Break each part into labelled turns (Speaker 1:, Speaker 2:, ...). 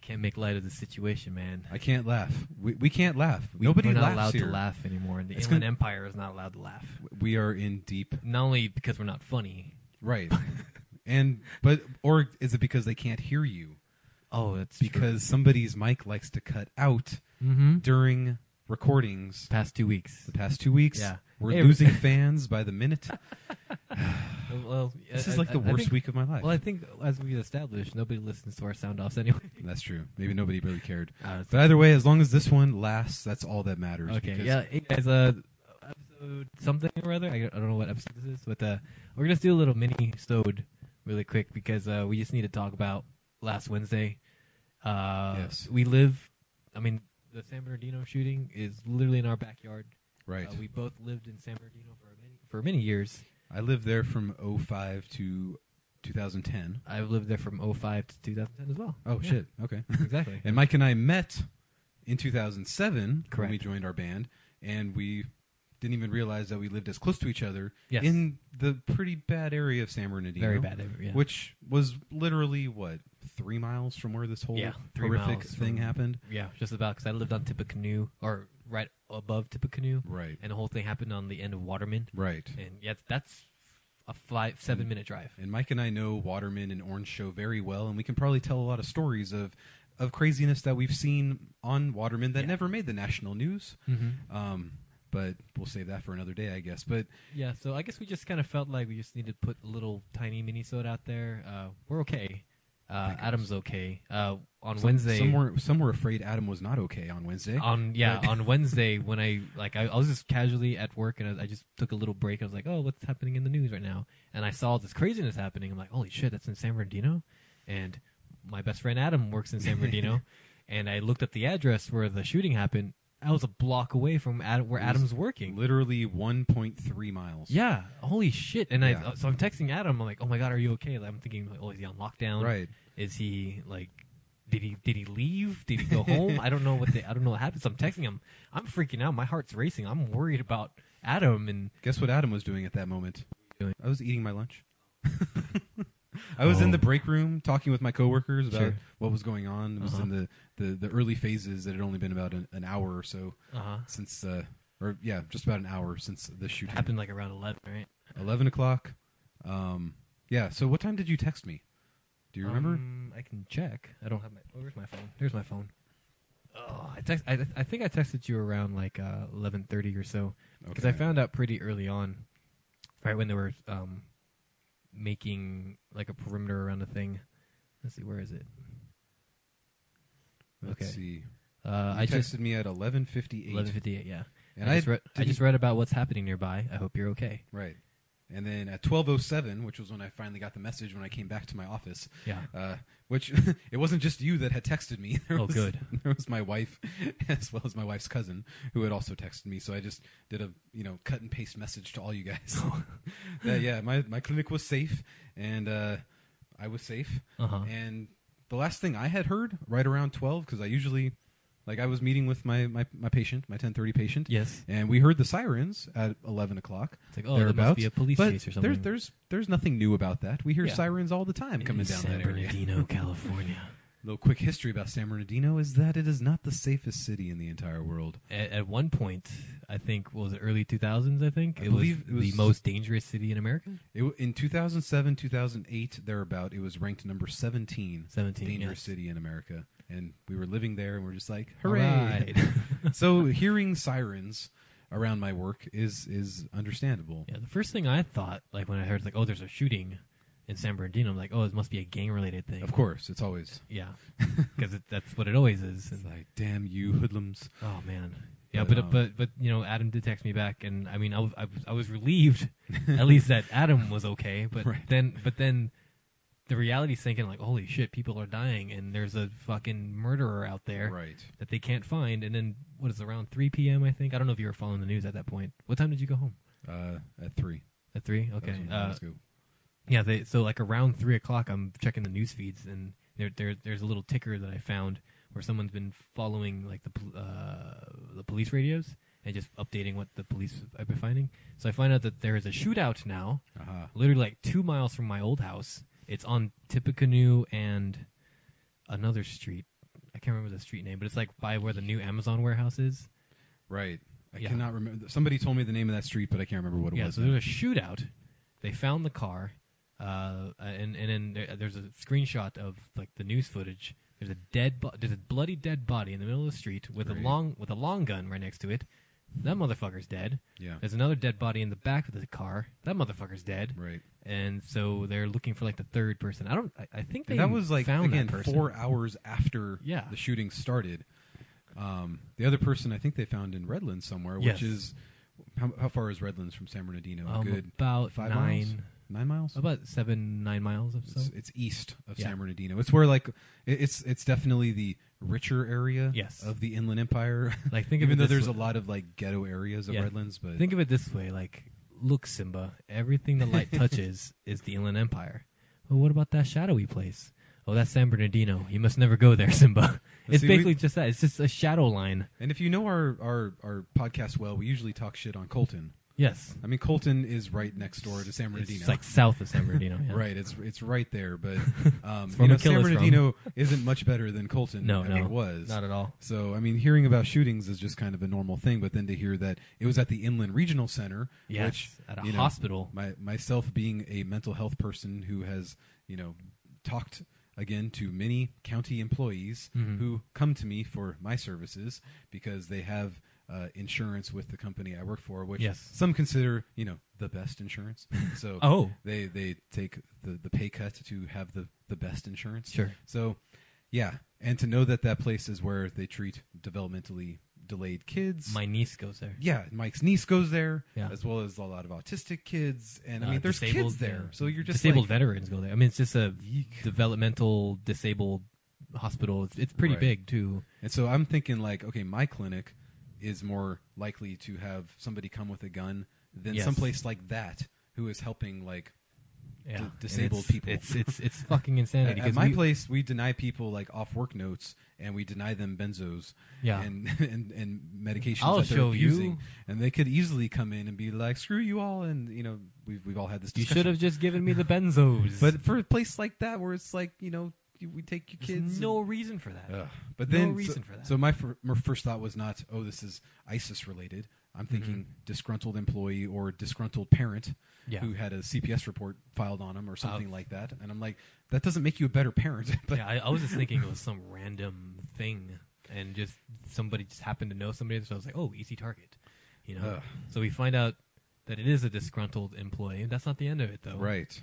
Speaker 1: Can't make light of the situation, man.
Speaker 2: I can't laugh. We, we can't laugh.
Speaker 1: We,
Speaker 2: Nobody
Speaker 1: we're not
Speaker 2: laughs
Speaker 1: allowed
Speaker 2: here.
Speaker 1: to laugh anymore. The
Speaker 2: It's
Speaker 1: Inland
Speaker 2: gonna-
Speaker 1: Empire is not allowed to laugh.
Speaker 2: We are in deep
Speaker 1: Not only because we're not funny.
Speaker 2: right, and but or is it because they can't hear you
Speaker 1: Oh, that's
Speaker 2: because somebody's mic likes to cut out
Speaker 1: hmm
Speaker 2: during recordings?
Speaker 1: past two weeks.
Speaker 2: The past two weeks,
Speaker 1: Yeah.
Speaker 2: we're
Speaker 1: Hey,
Speaker 2: losing fans by the minute.
Speaker 1: Well,
Speaker 2: This
Speaker 1: I-
Speaker 2: is like
Speaker 1: I-
Speaker 2: the
Speaker 1: I
Speaker 2: worst
Speaker 1: think-
Speaker 2: week of my life.
Speaker 1: Well, I think as we've established, nobody listens to our sound offs anyway.
Speaker 2: That's true. Maybe nobody really cared.
Speaker 1: Uh,
Speaker 2: But either way, as long as this one lasts, that's all that matters.
Speaker 1: Okay,
Speaker 2: because-
Speaker 1: yeah, hey guys, uh, episode something or other. I, I don't know what episode this is, but uh, we're gonna just do a little mini sode really quick because uh, we just need to talk about last Wednesday. Uh,
Speaker 2: Yes.
Speaker 1: we live. I mean, the San Bernardino shooting is literally in our backyard.
Speaker 2: Right.
Speaker 1: Uh, we both lived in San Bernardino for many for many years.
Speaker 2: I lived there from 05 to 2010.
Speaker 1: I've lived there from 05 to 2010 as well.
Speaker 2: Oh,
Speaker 1: Yeah,
Speaker 2: shit. Okay.
Speaker 1: Exactly.
Speaker 2: And Mike and I met in 2007 when
Speaker 1: Correct.
Speaker 2: we joined our band, and we didn't even realize that we lived as close to each other
Speaker 1: Yes.
Speaker 2: in the pretty bad area of San Bernardino.
Speaker 1: Very bad. area, Yeah.
Speaker 2: Which was literally, what, three miles from where this whole
Speaker 1: Yeah, three
Speaker 2: horrific
Speaker 1: miles
Speaker 2: thing
Speaker 1: from-
Speaker 2: happened?
Speaker 1: yeah, just about because I lived on Tippecanoe or right above Tippecanoe.
Speaker 2: Right.
Speaker 1: and the whole thing happened on the end of Waterman.
Speaker 2: Right.
Speaker 1: And yeah, that's a five seven minute drive.
Speaker 2: And Mike and I know Waterman and Orange Show very well, and we can probably tell a lot of stories of of craziness that we've seen on Waterman that
Speaker 1: Yeah.
Speaker 2: never made the national news.
Speaker 1: Mm-hmm.
Speaker 2: Um, but we'll save that for another day, I guess. But
Speaker 1: Yeah, so I guess we just kind of felt like we just need to put a little tiny mini sode out there. Uh, we're okay. Uh,
Speaker 2: Thank you.
Speaker 1: Adam's okay. Uh, on
Speaker 2: some-
Speaker 1: Wednesday, Ah,
Speaker 2: some were some were afraid Adam was not okay on Wednesday.
Speaker 1: on yeah,
Speaker 2: Right.
Speaker 1: on Wednesday when I like I, I was just casually at work and I, I just took a little break. I was like, oh, what's happening in the news right now? And I saw all this craziness happening. I'm like, holy shit, that's in San Bernardino, and my best friend Adam works in San Bernardino, and I looked up the address where the shooting happened. I was a block away from Adam, where
Speaker 2: It was
Speaker 1: Adam's working.
Speaker 2: Literally 1.3 miles.
Speaker 1: Yeah, holy shit! And
Speaker 2: Yeah.
Speaker 1: I so I'm texting Adam. I'm like, oh my god, are you okay? Like, I'm thinking, like, oh, is he on lockdown?
Speaker 2: Right.
Speaker 1: Is he like, did he did he leave? Did he go home? I don't know what the, I don't know what happened. So I'm texting him. I'm freaking out. My heart's racing. I'm worried about Adam. And
Speaker 2: Guess what Adam was doing at that moment?
Speaker 1: Doing-
Speaker 2: I was eating my lunch. I was in
Speaker 1: Oh.
Speaker 2: the break room talking with my coworkers about
Speaker 1: Sure.
Speaker 2: what was going on. It was
Speaker 1: Uh-huh.
Speaker 2: in the, the, the early phases. It had only been about an, an hour or so
Speaker 1: uh huh,
Speaker 2: since, uh, or yeah, just about an hour since the shooting.
Speaker 1: happened like around eleven, right?
Speaker 2: 11 o'clock. Um, yeah, so what time did you text me? Do you remember?
Speaker 1: Um, I can check. I don't have my. Oh, where's my phone? Here's my phone. Oh, I text. I, I think I texted you around like uh, eleven thirty or so because I
Speaker 2: Okay.
Speaker 1: found out pretty early on, right when they were um, making like a perimeter around the thing. Let's see, where is it?
Speaker 2: Let's
Speaker 1: okay.
Speaker 2: see.
Speaker 1: Uh,
Speaker 2: You
Speaker 1: I
Speaker 2: texted
Speaker 1: just
Speaker 2: me at 11.58.
Speaker 1: eleven fifty eight. Yeah,
Speaker 2: and
Speaker 1: I,
Speaker 2: I,
Speaker 1: just read, I
Speaker 2: didn't-
Speaker 1: just read about what's happening nearby. I hope you're okay.
Speaker 2: Right. And then at 12.07, which was when I finally got the message when I came back to my office,
Speaker 1: Yeah.
Speaker 2: uh, which it wasn't just you that had texted me. There
Speaker 1: Oh,
Speaker 2: was,
Speaker 1: good.
Speaker 2: There was my wife, as well as my wife's cousin, who had also texted me. So I just did a you know cut and paste message to all you guys.
Speaker 1: Oh.
Speaker 2: that, yeah, my my clinic was safe, and uh, I was safe.
Speaker 1: Uh-huh.
Speaker 2: And the last thing I had heard right around twelve, because I usually, like, I was meeting with my my, my patient, my ten thirty patient.
Speaker 1: Yes.
Speaker 2: And we heard the sirens at eleven o'clock.
Speaker 1: It's like, oh, there must
Speaker 2: thereabouts.
Speaker 1: be a police
Speaker 2: but
Speaker 1: chase or
Speaker 2: There's
Speaker 1: something.
Speaker 2: there's there's nothing new about that. We hear
Speaker 1: Yeah.
Speaker 2: sirens all the time coming down
Speaker 1: San
Speaker 2: that area.
Speaker 1: Bernardino, California.
Speaker 2: Little quick history about San Bernardino is that it is not the safest city in the entire world.
Speaker 1: at, at one point, I think what was it early 2000s. I think
Speaker 2: I
Speaker 1: it, was
Speaker 2: believe it was-
Speaker 1: the most dangerous city in America.
Speaker 2: It, w- in 2007, 2008, thereabout, it was ranked number 17,
Speaker 1: 17,
Speaker 2: dangerous
Speaker 1: yes.
Speaker 2: city in America, and we were living there, and we're just like, hooray!
Speaker 1: Alright.
Speaker 2: so hearing sirens around my work is is understandable.
Speaker 1: yeah, the first thing I thought, like when I heard, like, oh, there's a shooting in San Bernardino, I'm like, oh, it must be a gang-related thing.
Speaker 2: Of course, it's always
Speaker 1: Yeah, because that's what it always is.
Speaker 2: it's
Speaker 1: And,
Speaker 2: like, damn you hoodlums!
Speaker 1: oh man. Yeah,
Speaker 2: But,
Speaker 1: but
Speaker 2: um,
Speaker 1: but, but you know, Adam did text me back, and I mean, I was I was, I was relieved, at least that Adam was okay. But
Speaker 2: Right.
Speaker 1: then but then, the reality sinking like, holy shit, people are dying, and there's a fucking murderer out there.
Speaker 2: Right.
Speaker 1: that they can't find. And then what is it, around 3 p.m. I think I don't know if you were following the news at that point. What time did you go home?
Speaker 2: Uh, at three.
Speaker 1: At three?
Speaker 2: That was
Speaker 1: Okay.
Speaker 2: when I
Speaker 1: Uh,
Speaker 2: was go-
Speaker 1: yeah. They so like around three o'clock, I'm checking the news feeds, and there, there there's a little ticker that I found where someone's been following like the pol- uh, the police radios and just updating what the police have been finding. So I find out that there is a shootout now,
Speaker 2: uh-huh.
Speaker 1: literally like two miles from my old house. It's on Tippecanoe and another street. I can't remember the street name, but it's like by where the new Amazon warehouse is.
Speaker 2: Right. I
Speaker 1: Yeah.
Speaker 2: cannot remember. Somebody told me the name of that street, but I can't remember what it
Speaker 1: yeah,
Speaker 2: was.
Speaker 1: so
Speaker 2: now.
Speaker 1: there's a shootout. They found the car, uh, and and then there, there's a screenshot of like the news footage. There's a dead, bo- there's a bloody dead body in the middle of the street with a
Speaker 2: Right.
Speaker 1: long with a long gun right next to it. That motherfucker's dead.
Speaker 2: yeah.
Speaker 1: There's another dead body in the back of the car. That motherfucker's dead.
Speaker 2: Right.
Speaker 1: And so they're looking for like the third person. I don't. I, I think they
Speaker 2: And that was like
Speaker 1: found
Speaker 2: again
Speaker 1: that person.
Speaker 2: four hours after
Speaker 1: Yeah.
Speaker 2: the shooting started. Um, the other person I think they found in Redlands somewhere,
Speaker 1: Yes.
Speaker 2: which is how, how far is Redlands from San Bernardino? A
Speaker 1: Um,
Speaker 2: good
Speaker 1: about
Speaker 2: five
Speaker 1: nine,
Speaker 2: miles, nine miles.
Speaker 1: about seven, nine miles or so.
Speaker 2: It's, it's east of
Speaker 1: Yeah.
Speaker 2: San Bernardino. It's where like it, it's it's definitely the richer area
Speaker 1: Yes.
Speaker 2: of the Inland Empire.
Speaker 1: Like, think of
Speaker 2: even
Speaker 1: it
Speaker 2: though
Speaker 1: this
Speaker 2: there's
Speaker 1: way.
Speaker 2: a lot of like ghetto areas of
Speaker 1: Yeah.
Speaker 2: Redlands, but
Speaker 1: Think of it this way: like, look, Simba, everything the light touches is the Inland Empire. Well, what about that shadowy place? Oh, that's San Bernardino. You must never go there, Simba. It's
Speaker 2: See, we-
Speaker 1: basically just that. It's just a shadow line.
Speaker 2: and if you know our, our our podcast well, we usually talk shit on Colton.
Speaker 1: Yes,
Speaker 2: I mean Colton is right next door to San Bernardino.
Speaker 1: it's like south of San Bernardino. yeah.
Speaker 2: Right, it's it's right there, but um,
Speaker 1: where
Speaker 2: you know,
Speaker 1: McKill
Speaker 2: San
Speaker 1: is from.
Speaker 2: Bernardino isn't much better than Colton
Speaker 1: No,
Speaker 2: ever
Speaker 1: no,
Speaker 2: was.
Speaker 1: not at all.
Speaker 2: so I mean, hearing about shootings is just kind of a normal thing, but then to hear that it was at the Inland Regional Center,
Speaker 1: Yes,
Speaker 2: which
Speaker 1: at a
Speaker 2: you know,
Speaker 1: hospital.
Speaker 2: my myself being a mental health person who has you know talked again to many county employees
Speaker 1: Mm-hmm.
Speaker 2: who come to me for my services because they have uh, insurance with the company I work for, which
Speaker 1: Yes.
Speaker 2: some consider you know the best insurance. So
Speaker 1: Oh.
Speaker 2: they they take the the pay cut to have the the best insurance.
Speaker 1: Sure.
Speaker 2: So yeah, and to know that that place is where they treat developmentally delayed kids
Speaker 1: My niece goes there.
Speaker 2: yeah, Mike's niece goes there,
Speaker 1: Yeah.
Speaker 2: as well as a lot of autistic kids, and I
Speaker 1: Uh,
Speaker 2: mean, there's
Speaker 1: disabled,
Speaker 2: kids there,
Speaker 1: yeah.
Speaker 2: so you're just
Speaker 1: disabled
Speaker 2: like,
Speaker 1: veterans go there. I mean, it's just a
Speaker 2: Yeek.
Speaker 1: developmental disabled hospital. It's, it's pretty
Speaker 2: Right.
Speaker 1: big too.
Speaker 2: and so I'm thinking like, okay, my clinic is more likely to have somebody come with a gun than
Speaker 1: Yes.
Speaker 2: someplace like that who is helping like
Speaker 1: Yeah, And
Speaker 2: disabled
Speaker 1: it's-
Speaker 2: people.
Speaker 1: It's it's it's fucking insanity.
Speaker 2: At, at
Speaker 1: because
Speaker 2: my
Speaker 1: we-
Speaker 2: place, we deny people like off work notes, and we deny them benzos,
Speaker 1: Yeah.
Speaker 2: and, and and medications.
Speaker 1: I'll
Speaker 2: that they're
Speaker 1: show you.
Speaker 2: abusing, and they could easily come in and be like, "Screw you all," and you know, we've we've all had this.
Speaker 1: you
Speaker 2: Discussion.
Speaker 1: should have just given me the benzos.
Speaker 2: But for a place like that, where it's like you know, you, we take your
Speaker 1: There's
Speaker 2: kids.
Speaker 1: no
Speaker 2: and-
Speaker 1: reason for that.
Speaker 2: Ugh. But
Speaker 1: No
Speaker 2: then,
Speaker 1: reason
Speaker 2: so,
Speaker 1: for that.
Speaker 2: So my, fir- my first thought was not, oh, this is ISIS related. I'm
Speaker 1: Mm-hmm.
Speaker 2: thinking disgruntled employee or disgruntled parent
Speaker 1: Yeah.
Speaker 2: who had a CPS report filed on him or something
Speaker 1: Uh,
Speaker 2: like that. And I'm like, that doesn't make you a better parent. but
Speaker 1: yeah, I, I was just thinking it was some random thing, and just somebody just happened to know somebody, so I was like, oh, easy target, you know.
Speaker 2: Ugh.
Speaker 1: So we find out that it is a disgruntled employee, and that's not the end of it, though.
Speaker 2: right.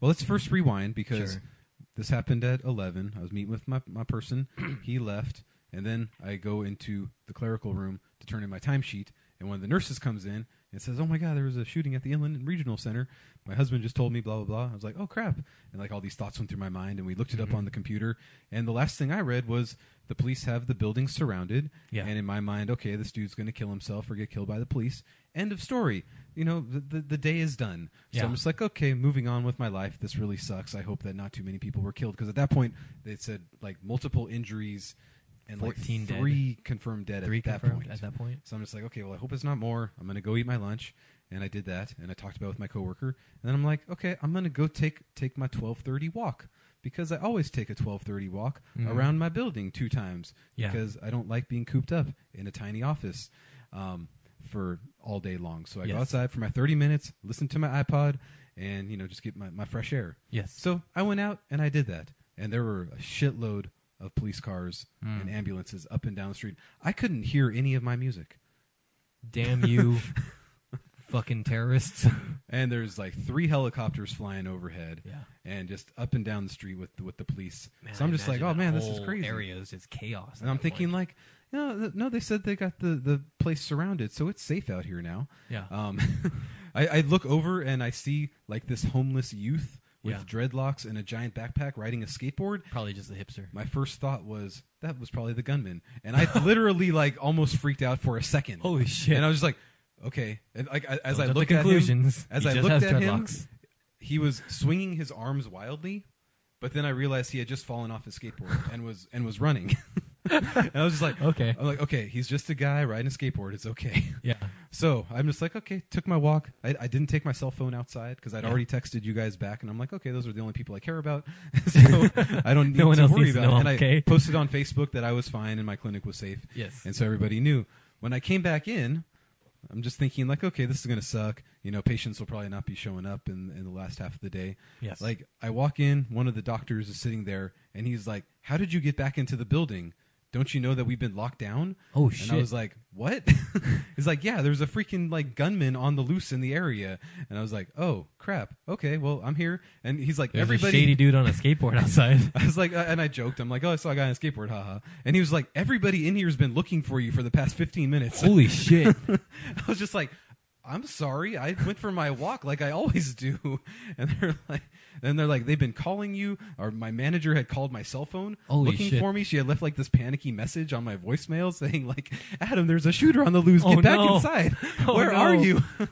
Speaker 2: Well, let's first rewind because
Speaker 1: Sure.
Speaker 2: this happened at 11. I was meeting with my my person. he left, and then I go into the clerical room to turn in my timesheet. And one of the nurses comes in and says, "Oh my God, there was a shooting at the Inland Regional Center. My husband just told me blah blah blah." I was like, "Oh crap!" And like all these thoughts went through my mind, and we looked it
Speaker 1: Mm-hmm.
Speaker 2: up on the computer. And the last thing I read was the police have the building surrounded.
Speaker 1: Yeah.
Speaker 2: And in my mind, okay, this dude's going to kill himself or get killed by the police. End of story. You know, the the, the day is done. So
Speaker 1: Yeah.
Speaker 2: I'm just like, okay, moving on with my life. This really sucks. I hope that not too many people were killed because at that point they said like multiple injuries and
Speaker 1: 14
Speaker 2: like
Speaker 1: dead.
Speaker 2: three confirmed dead
Speaker 1: Three
Speaker 2: at that
Speaker 1: confirmed
Speaker 2: point.
Speaker 1: at that point.
Speaker 2: So I'm just like, okay, well, I hope it's not more. I'm gonna go eat my lunch, and I did that, and I talked about it with my coworker, and then I'm like, okay, I'm gonna go take take my 12:30 walk because I always take a 12:30 walk
Speaker 1: Mhm.
Speaker 2: around my building two times
Speaker 1: Yeah.
Speaker 2: because I don't like being cooped up in a tiny office um, for all day long. So I go
Speaker 1: Yes.
Speaker 2: outside for my 30 minutes, listen to my iPod, and you know just get my, my fresh air.
Speaker 1: Yes.
Speaker 2: So I went out and I did that, and there were a shitload of police cars
Speaker 1: Mm.
Speaker 2: and ambulances up and down the street. I couldn't hear any of my music.
Speaker 1: Damn you, fucking terrorists.
Speaker 2: And there's like three helicopters flying overhead,
Speaker 1: Yeah.
Speaker 2: and just up and down the street with with the police.
Speaker 1: Man,
Speaker 2: so I'm
Speaker 1: I
Speaker 2: just like,
Speaker 1: imagine
Speaker 2: oh
Speaker 1: that
Speaker 2: man, this is
Speaker 1: whole
Speaker 2: crazy.
Speaker 1: Area is just chaos.
Speaker 2: And I'm thinking like, no, th- no, they said they got the the place surrounded, so it's safe out here now.
Speaker 1: Yeah.
Speaker 2: Um, I, I look over and I see like this homeless youth with
Speaker 1: Yeah.
Speaker 2: dreadlocks and a giant backpack riding a skateboard,
Speaker 1: probably just a hipster.
Speaker 2: my first thought was that was probably the gunman, and I literally like almost freaked out for a second.
Speaker 1: Holy shit.
Speaker 2: And I was just like, okay. And like I- as
Speaker 1: Those
Speaker 2: I
Speaker 1: are the
Speaker 2: looked
Speaker 1: conclusions.
Speaker 2: at him, as
Speaker 1: He
Speaker 2: I
Speaker 1: just
Speaker 2: looked
Speaker 1: has
Speaker 2: at him,
Speaker 1: dreadlocks.
Speaker 2: he was swinging his arms wildly, but then I realized he had just fallen off his skateboard and was and was running. and I was just like,
Speaker 1: Okay.
Speaker 2: I'm like, okay, he's just a guy riding a skateboard. It's okay.
Speaker 1: Yeah.
Speaker 2: So I'm just like, okay, took my walk. I, I didn't take my cell phone outside because I'd
Speaker 1: Yeah.
Speaker 2: already texted you guys back, and I'm like, okay, those are the only people I care about, so I don't need
Speaker 1: No one
Speaker 2: to
Speaker 1: else
Speaker 2: worry
Speaker 1: needs to
Speaker 2: about. it.
Speaker 1: know,
Speaker 2: and I
Speaker 1: okay?
Speaker 2: posted on Facebook that I was fine and my clinic was safe,
Speaker 1: Yes.
Speaker 2: and so everybody knew. When I came back in, I'm just thinking like, okay, this is gonna suck. You know, patients will probably not be showing up in in the last half of the day.
Speaker 1: Yes.
Speaker 2: Like I walk in, one of the doctors is sitting there, and he's like, "How did you get back into the building? Don't you know that we've been locked down?"
Speaker 1: Oh,
Speaker 2: and I
Speaker 1: shit.
Speaker 2: was like, "What?" he's like, "Yeah, there's a freaking like gunman on the loose in the area," and I was like, "Oh crap. Okay, well I'm here." And he's like,
Speaker 1: There's
Speaker 2: "Everybody."
Speaker 1: a shady dude on a skateboard outside.
Speaker 2: I was like, uh, and I joked. I'm like, "Oh, I saw a guy on a skateboard, haha." And he was like, "Everybody in here has been looking for you for the past 15 minutes."
Speaker 1: Holy shit!
Speaker 2: I was just like, I'm sorry, I went for my walk like I always do. And they're like and they're like, they've been calling you, or my manager had called my cell phone
Speaker 1: Holy
Speaker 2: looking
Speaker 1: shit.
Speaker 2: for me. She had left like this panicky message on my voicemail saying, like, Adam, there's a shooter on the loose. Get
Speaker 1: Oh,
Speaker 2: back
Speaker 1: no.
Speaker 2: inside.
Speaker 1: Oh,
Speaker 2: Where are
Speaker 1: no.
Speaker 2: you?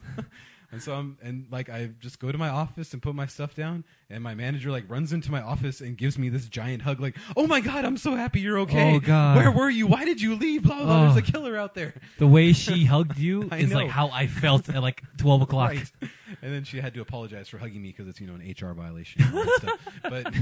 Speaker 2: and so I'm and like I just go to my office and put my stuff down and my manager like runs into my office and gives me this giant hug, like, Oh my god, I'm so happy you're okay.
Speaker 1: Oh, God.
Speaker 2: Where were you? Why did you leave? Blah blah blah.
Speaker 1: Oh.
Speaker 2: There's a killer out there.
Speaker 1: The way she hugged you
Speaker 2: I
Speaker 1: is like
Speaker 2: know.
Speaker 1: how I felt at like twelve o'clock.
Speaker 2: Right. And then she had to apologize for hugging me because it's you know an HR violation. And all that stuff. But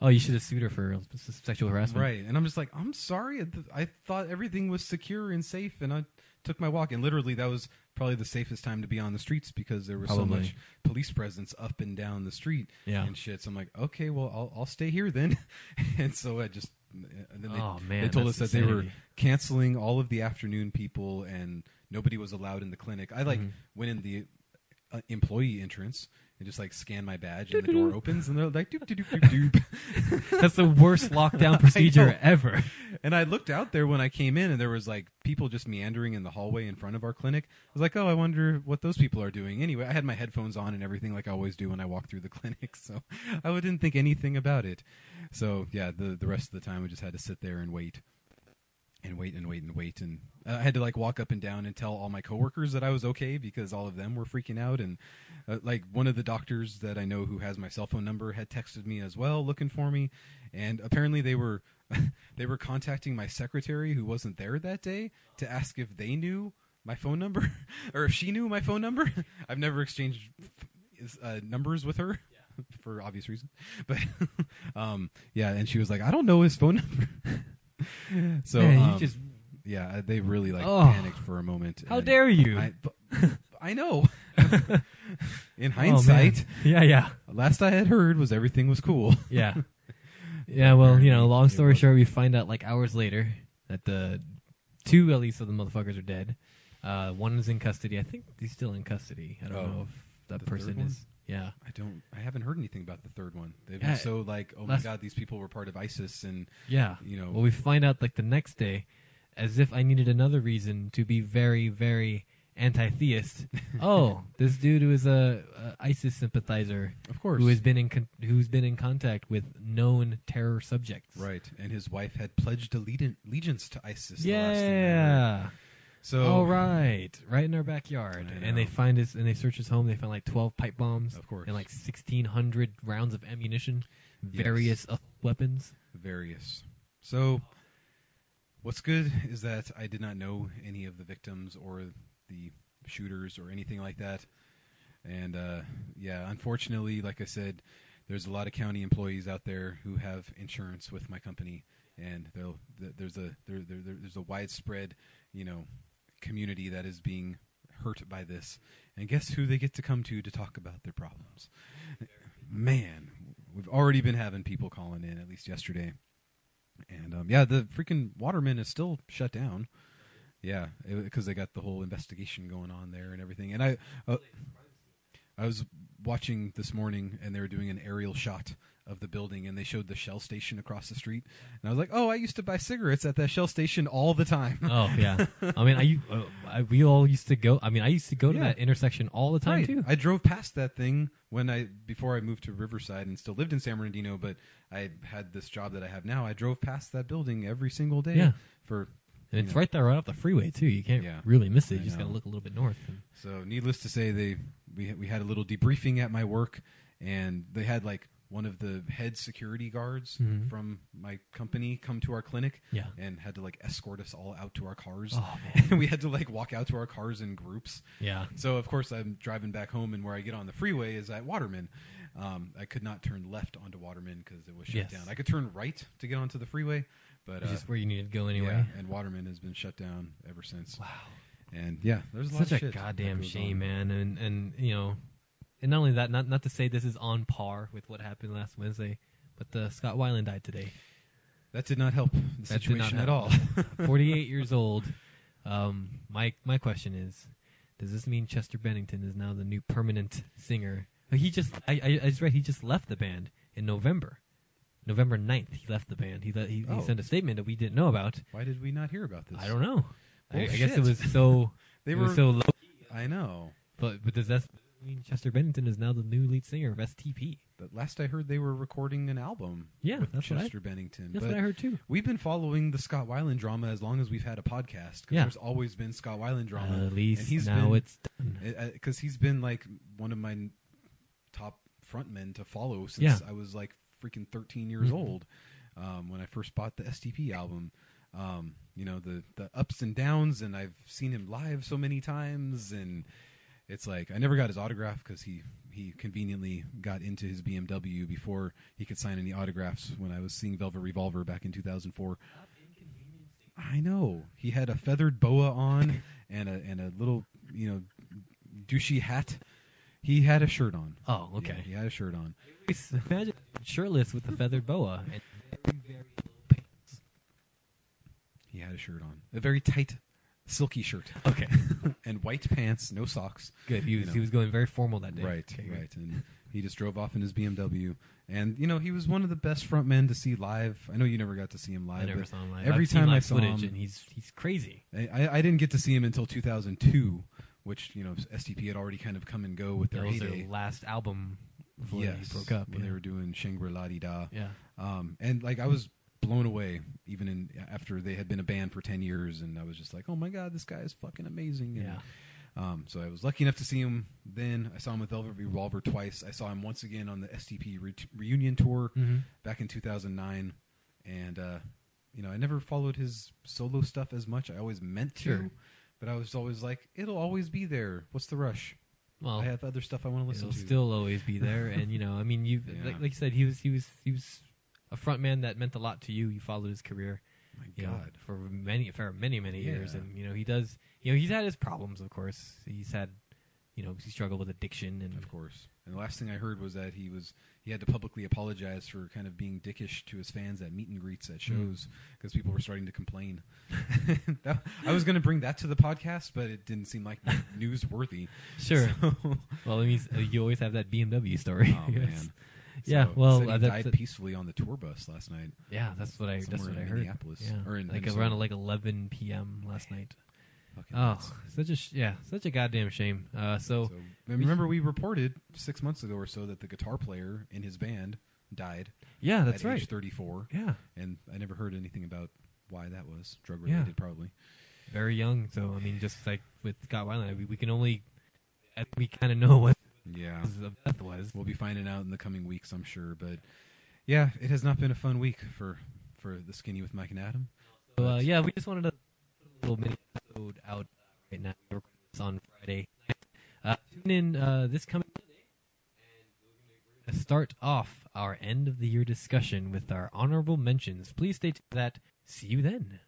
Speaker 1: Oh, you should have sued her for s- s- sexual harassment.
Speaker 2: right, and I'm just like, I'm sorry. I th- I thought everything was secure and safe, and I took my walk. And literally, that was probably the safest time to be on the streets because there was so
Speaker 1: Probably.
Speaker 2: much police presence up and down the street
Speaker 1: Yeah.
Speaker 2: and shit. So I'm like, okay, well, I'll, I'll stay here then. and so I just. And then they,
Speaker 1: Oh, man,
Speaker 2: they told us
Speaker 1: that's
Speaker 2: that they were
Speaker 1: insanity.
Speaker 2: canceling all of the afternoon people, and nobody was allowed in the clinic. I
Speaker 1: Mm-hmm.
Speaker 2: like went in the uh, employee entrance and just like scan my badge, and the door opens, and they're like, doop, doop, doop, doop, doop.
Speaker 1: That's the worst lockdown procedure ever.
Speaker 2: And I looked out there when I came in, and there was like people just meandering in the hallway in front of our clinic. I was like, "Oh, I wonder what those people are doing." Anyway, I had my headphones on and everything, like I always do when I walk through the clinic. So I didn't think anything about it. So yeah, the the rest of the time we just had to sit there and wait, and wait and wait and wait, and uh, I had to like walk up and down and tell all my coworkers that I was okay because all of them were freaking out. And uh, like one of the doctors that I know who has my cell phone number had texted me as well, looking for me, and apparently they were. they were contacting my secretary who wasn't there that day to ask if they knew my phone number or if she knew my phone number. I've never exchanged is, uh, numbers with her for obvious reasons, but um, yeah, and she was like, "I don't know his phone number." so
Speaker 1: Man, you
Speaker 2: um,
Speaker 1: just
Speaker 2: yeah, I- they really like
Speaker 1: Oh.
Speaker 2: panicked for a moment.
Speaker 1: how
Speaker 2: and
Speaker 1: dare you?
Speaker 2: I, but- I know. In
Speaker 1: Oh, man.
Speaker 2: hindsight,
Speaker 1: yeah, yeah,
Speaker 2: last I had heard was everything was cool.
Speaker 1: yeah, yeah. Well, you know, long
Speaker 2: It
Speaker 1: story
Speaker 2: was-
Speaker 1: short, we find out like hours later that the two at least of the motherfuckers are dead. Uh, one is in custody. I think he's still in custody. I don't
Speaker 2: Oh.
Speaker 1: know if that
Speaker 2: The third
Speaker 1: person
Speaker 2: one?
Speaker 1: is. Yeah.
Speaker 2: I don't. I haven't heard anything about the third one. They've
Speaker 1: Yeah,
Speaker 2: been so like, oh my
Speaker 1: last-
Speaker 2: god, these people were part of ISIS, and
Speaker 1: Yeah.
Speaker 2: you know,
Speaker 1: Well, we find out like the next day, as if I needed another reason to be very, very anti-theist. oh, this dude who is a, a ISIS sympathizer,
Speaker 2: of course,
Speaker 1: who has been in con- who's been in contact with known terror subjects.
Speaker 2: right. And his wife had pledged allegian- allegiance to ISIS. the last thing I heard.
Speaker 1: Yeah.
Speaker 2: So
Speaker 1: All right. Right in our backyard,
Speaker 2: I
Speaker 1: and they
Speaker 2: know.
Speaker 1: find his and they search his home. They find like twelve pipe bombs,
Speaker 2: Of course.
Speaker 1: and like sixteen hundred rounds of ammunition,
Speaker 2: Yes.
Speaker 1: various uh, weapons.
Speaker 2: various. So what's good is that I did not know any of the victims or the shooters or anything like that. And uh, yeah, unfortunately, like I said, there's a lot of county employees out there who have insurance with my company, and they'll- th- there's a there, there, there- there's a widespread, you know, community that is being hurt by this. And guess who they get to come to to talk about their problems? Man, we've already been having people calling in at least yesterday, and um, yeah, the freaking Waterman is still shut down. Yeah, because they got the whole investigation going on there and everything. And I, uh, I was watching this morning, and they were doing an aerial shot of the building, and they showed the Shell station across the street. And I was like, "Oh, I used to buy cigarettes at that Shell station all the time."
Speaker 1: Oh yeah, I mean, I, u- uh, I we all used to go. I mean, I used to go to
Speaker 2: Yeah.
Speaker 1: that intersection all the time
Speaker 2: Right.
Speaker 1: too.
Speaker 2: I drove past that thing when I before I moved to Riverside and still lived in San Bernardino, but I had this job that I have now. I drove past that building every single day
Speaker 1: Yeah.
Speaker 2: for
Speaker 1: and it's
Speaker 2: you know.
Speaker 1: right there, right off the freeway too. You can't
Speaker 2: Yeah.
Speaker 1: really miss it. You
Speaker 2: I
Speaker 1: just
Speaker 2: know.
Speaker 1: gotta look a little bit north. And,
Speaker 2: So, needless to say, they we we had a little debriefing at my work, and they had like one of the head security guards
Speaker 1: Mhm.
Speaker 2: from my company come to our clinic
Speaker 1: Yeah.
Speaker 2: and had to like escort us all out to our cars.
Speaker 1: Oh,
Speaker 2: and we had to like walk out to our cars in groups.
Speaker 1: Yeah.
Speaker 2: So of course I'm driving back home, and where I get on the freeway is at Waterman. Um, I could not turn left onto Waterman because it was shut
Speaker 1: Yes.
Speaker 2: down. I could turn right to get onto the freeway, but uh,
Speaker 1: Which is where you needed to go anyway.
Speaker 2: yeah, and Waterman has been shut down ever since.
Speaker 1: Wow.
Speaker 2: And yeah, there's a lot
Speaker 1: Such a
Speaker 2: of shit that
Speaker 1: goddamn
Speaker 2: goes
Speaker 1: shame,
Speaker 2: on.
Speaker 1: man. And and you know and not only that, not not to say this is on par with what happened last Wednesday, but uh, Scott Weiland died today.
Speaker 2: That did not help the
Speaker 1: That did not
Speaker 2: situation at all.
Speaker 1: help. 48 years old. Um, my my question is, does this mean Chester Bennington is now the new permanent singer? Uh, He just I I, I just read he just left the band in November. November 9th, he left the band. He let, he,
Speaker 2: Oh.
Speaker 1: he sent a statement that we didn't know about.
Speaker 2: Why did we not hear about this?
Speaker 1: I don't know. I,
Speaker 2: Oh,
Speaker 1: I guess
Speaker 2: shit.
Speaker 1: it was so
Speaker 2: They
Speaker 1: it
Speaker 2: were.
Speaker 1: was so low.
Speaker 2: I know.
Speaker 1: But but does that mean Chester Bennington is now the new lead singer of STP?
Speaker 2: But last I heard, they were recording an album.
Speaker 1: Yeah,
Speaker 2: with
Speaker 1: that's what I-
Speaker 2: Chester Bennington.
Speaker 1: That's
Speaker 2: but
Speaker 1: what I heard too.
Speaker 2: We've been following the Scott Weiland drama as long as we've had a podcast. 'cause
Speaker 1: Yeah. Uh,
Speaker 2: there's always been Scott Weiland drama.
Speaker 1: At least
Speaker 2: and he's
Speaker 1: now
Speaker 2: been,
Speaker 1: it's done.
Speaker 2: because he's been like one of my n- top frontmen to follow since
Speaker 1: Yeah.
Speaker 2: I was like freaking 13 years
Speaker 1: Mhm.
Speaker 2: old um, when I first bought the STP album. Um, you know the the ups and downs, and I've seen him live so many times, and it's like I never got his autograph because he he conveniently got into his BMW before he could sign any autographs when I was seeing Velvet Revolver back in 2004. I know. He had a feathered boa on and a and a little you know douchey hat. He had a shirt on.
Speaker 1: Oh,
Speaker 2: Yeah,
Speaker 1: okay.
Speaker 2: he had a shirt on.
Speaker 1: Imagine shirtless with a feathered boa. And
Speaker 2: He had a shirt on. A very tight, silky shirt
Speaker 1: okay,
Speaker 2: and white pants, no socks.
Speaker 1: good. He
Speaker 2: You
Speaker 1: was
Speaker 2: know.
Speaker 1: he was going very formal that day.
Speaker 2: Right,
Speaker 1: Okay, good.
Speaker 2: right. And he just drove off in his BMW. And you know he was one of the best frontmen to see live. I know you never got to see him live.
Speaker 1: I never
Speaker 2: but
Speaker 1: saw him live.
Speaker 2: Every
Speaker 1: I've seen
Speaker 2: time
Speaker 1: live
Speaker 2: I saw
Speaker 1: footage,
Speaker 2: him,
Speaker 1: and he's he's crazy.
Speaker 2: I, I- I didn't get to see him until 2002, which you know STP had already kind of come and go with their
Speaker 1: That was
Speaker 2: heyday.
Speaker 1: their last album before
Speaker 2: yes,
Speaker 1: he broke up.
Speaker 2: when
Speaker 1: yeah.
Speaker 2: they were doing Shangri La Di Da.
Speaker 1: yeah.
Speaker 2: Um, and like I was blown away even in after they had been a band for 10 years and I was just like, "Oh my god, this guy is fucking amazing." And,
Speaker 1: Yeah.
Speaker 2: Um, so I was lucky enough to see him then. I saw him with Velvet Revolver twice. I saw him once again on the STP re- reunion tour
Speaker 1: Mhm.
Speaker 2: back in 2009 and uh, you know, I never followed his solo stuff as much. I always meant to,
Speaker 1: Sure.
Speaker 2: but I was always like, "It'll always be there. What's the rush?"
Speaker 1: Well,
Speaker 2: I have other stuff I want to listen
Speaker 1: it'll
Speaker 2: to.
Speaker 1: still always be there. And you know, I mean, you
Speaker 2: Yeah.
Speaker 1: like, like you said, he was he was he was a front man that meant a lot to you. You followed his career.
Speaker 2: my
Speaker 1: you know,
Speaker 2: god.
Speaker 1: for many for many many years,
Speaker 2: Yeah.
Speaker 1: and you know he does. You know he's had his problems, of course. He's had, you know, he struggled with addiction and
Speaker 2: Of course. And the last thing I heard was that he was he had to publicly apologize for kind of being dickish to his fans at meet and greets at
Speaker 1: Mm-hmm.
Speaker 2: shows because people were starting to complain. That- I was going to bring that to the podcast, but it didn't seem like newsworthy.
Speaker 1: sure.
Speaker 2: So,
Speaker 1: Well, I mean, s- you always have that BMW story.
Speaker 2: oh
Speaker 1: I guess.
Speaker 2: man.
Speaker 1: Yeah,
Speaker 2: So,
Speaker 1: well,
Speaker 2: said he
Speaker 1: uh, that's
Speaker 2: died
Speaker 1: it.
Speaker 2: peacefully on the tour bus last night.
Speaker 1: Yeah, that's what I. That's
Speaker 2: Somewhere
Speaker 1: what
Speaker 2: in
Speaker 1: I heard.
Speaker 2: Minneapolis,
Speaker 1: Yeah,
Speaker 2: or in
Speaker 1: like
Speaker 2: Minnesota.
Speaker 1: around like 11 p.m. last night.
Speaker 2: Fucking
Speaker 1: Oh,
Speaker 2: nuts.
Speaker 1: such a sh- yeah, such a goddamn shame. Uh, so,
Speaker 2: So, and remember we reported six months ago or so that the guitar player in his band died.
Speaker 1: yeah, that's
Speaker 2: at
Speaker 1: right.
Speaker 2: Age Thirty-four.
Speaker 1: yeah,
Speaker 2: and I never heard anything about why that was drug
Speaker 1: Yeah.
Speaker 2: related, probably.
Speaker 1: very young. So I mean, just like with Scott Weiland, we, we can only I think we kind of know what
Speaker 2: Yeah,
Speaker 1: his death was.
Speaker 2: we'll be finding out in the coming weeks, I'm sure. But yeah, it has not been a fun week for for the skinny with Mike and Adam.
Speaker 1: So, uh, yeah, we just wanted to put a little mini episode out uh, right now. We're recording this on Friday. night. Uh, tune in uh, this coming Monday, and we're going to start off our end of the year discussion with our honorable mentions. Please stay tuned for that. See you then.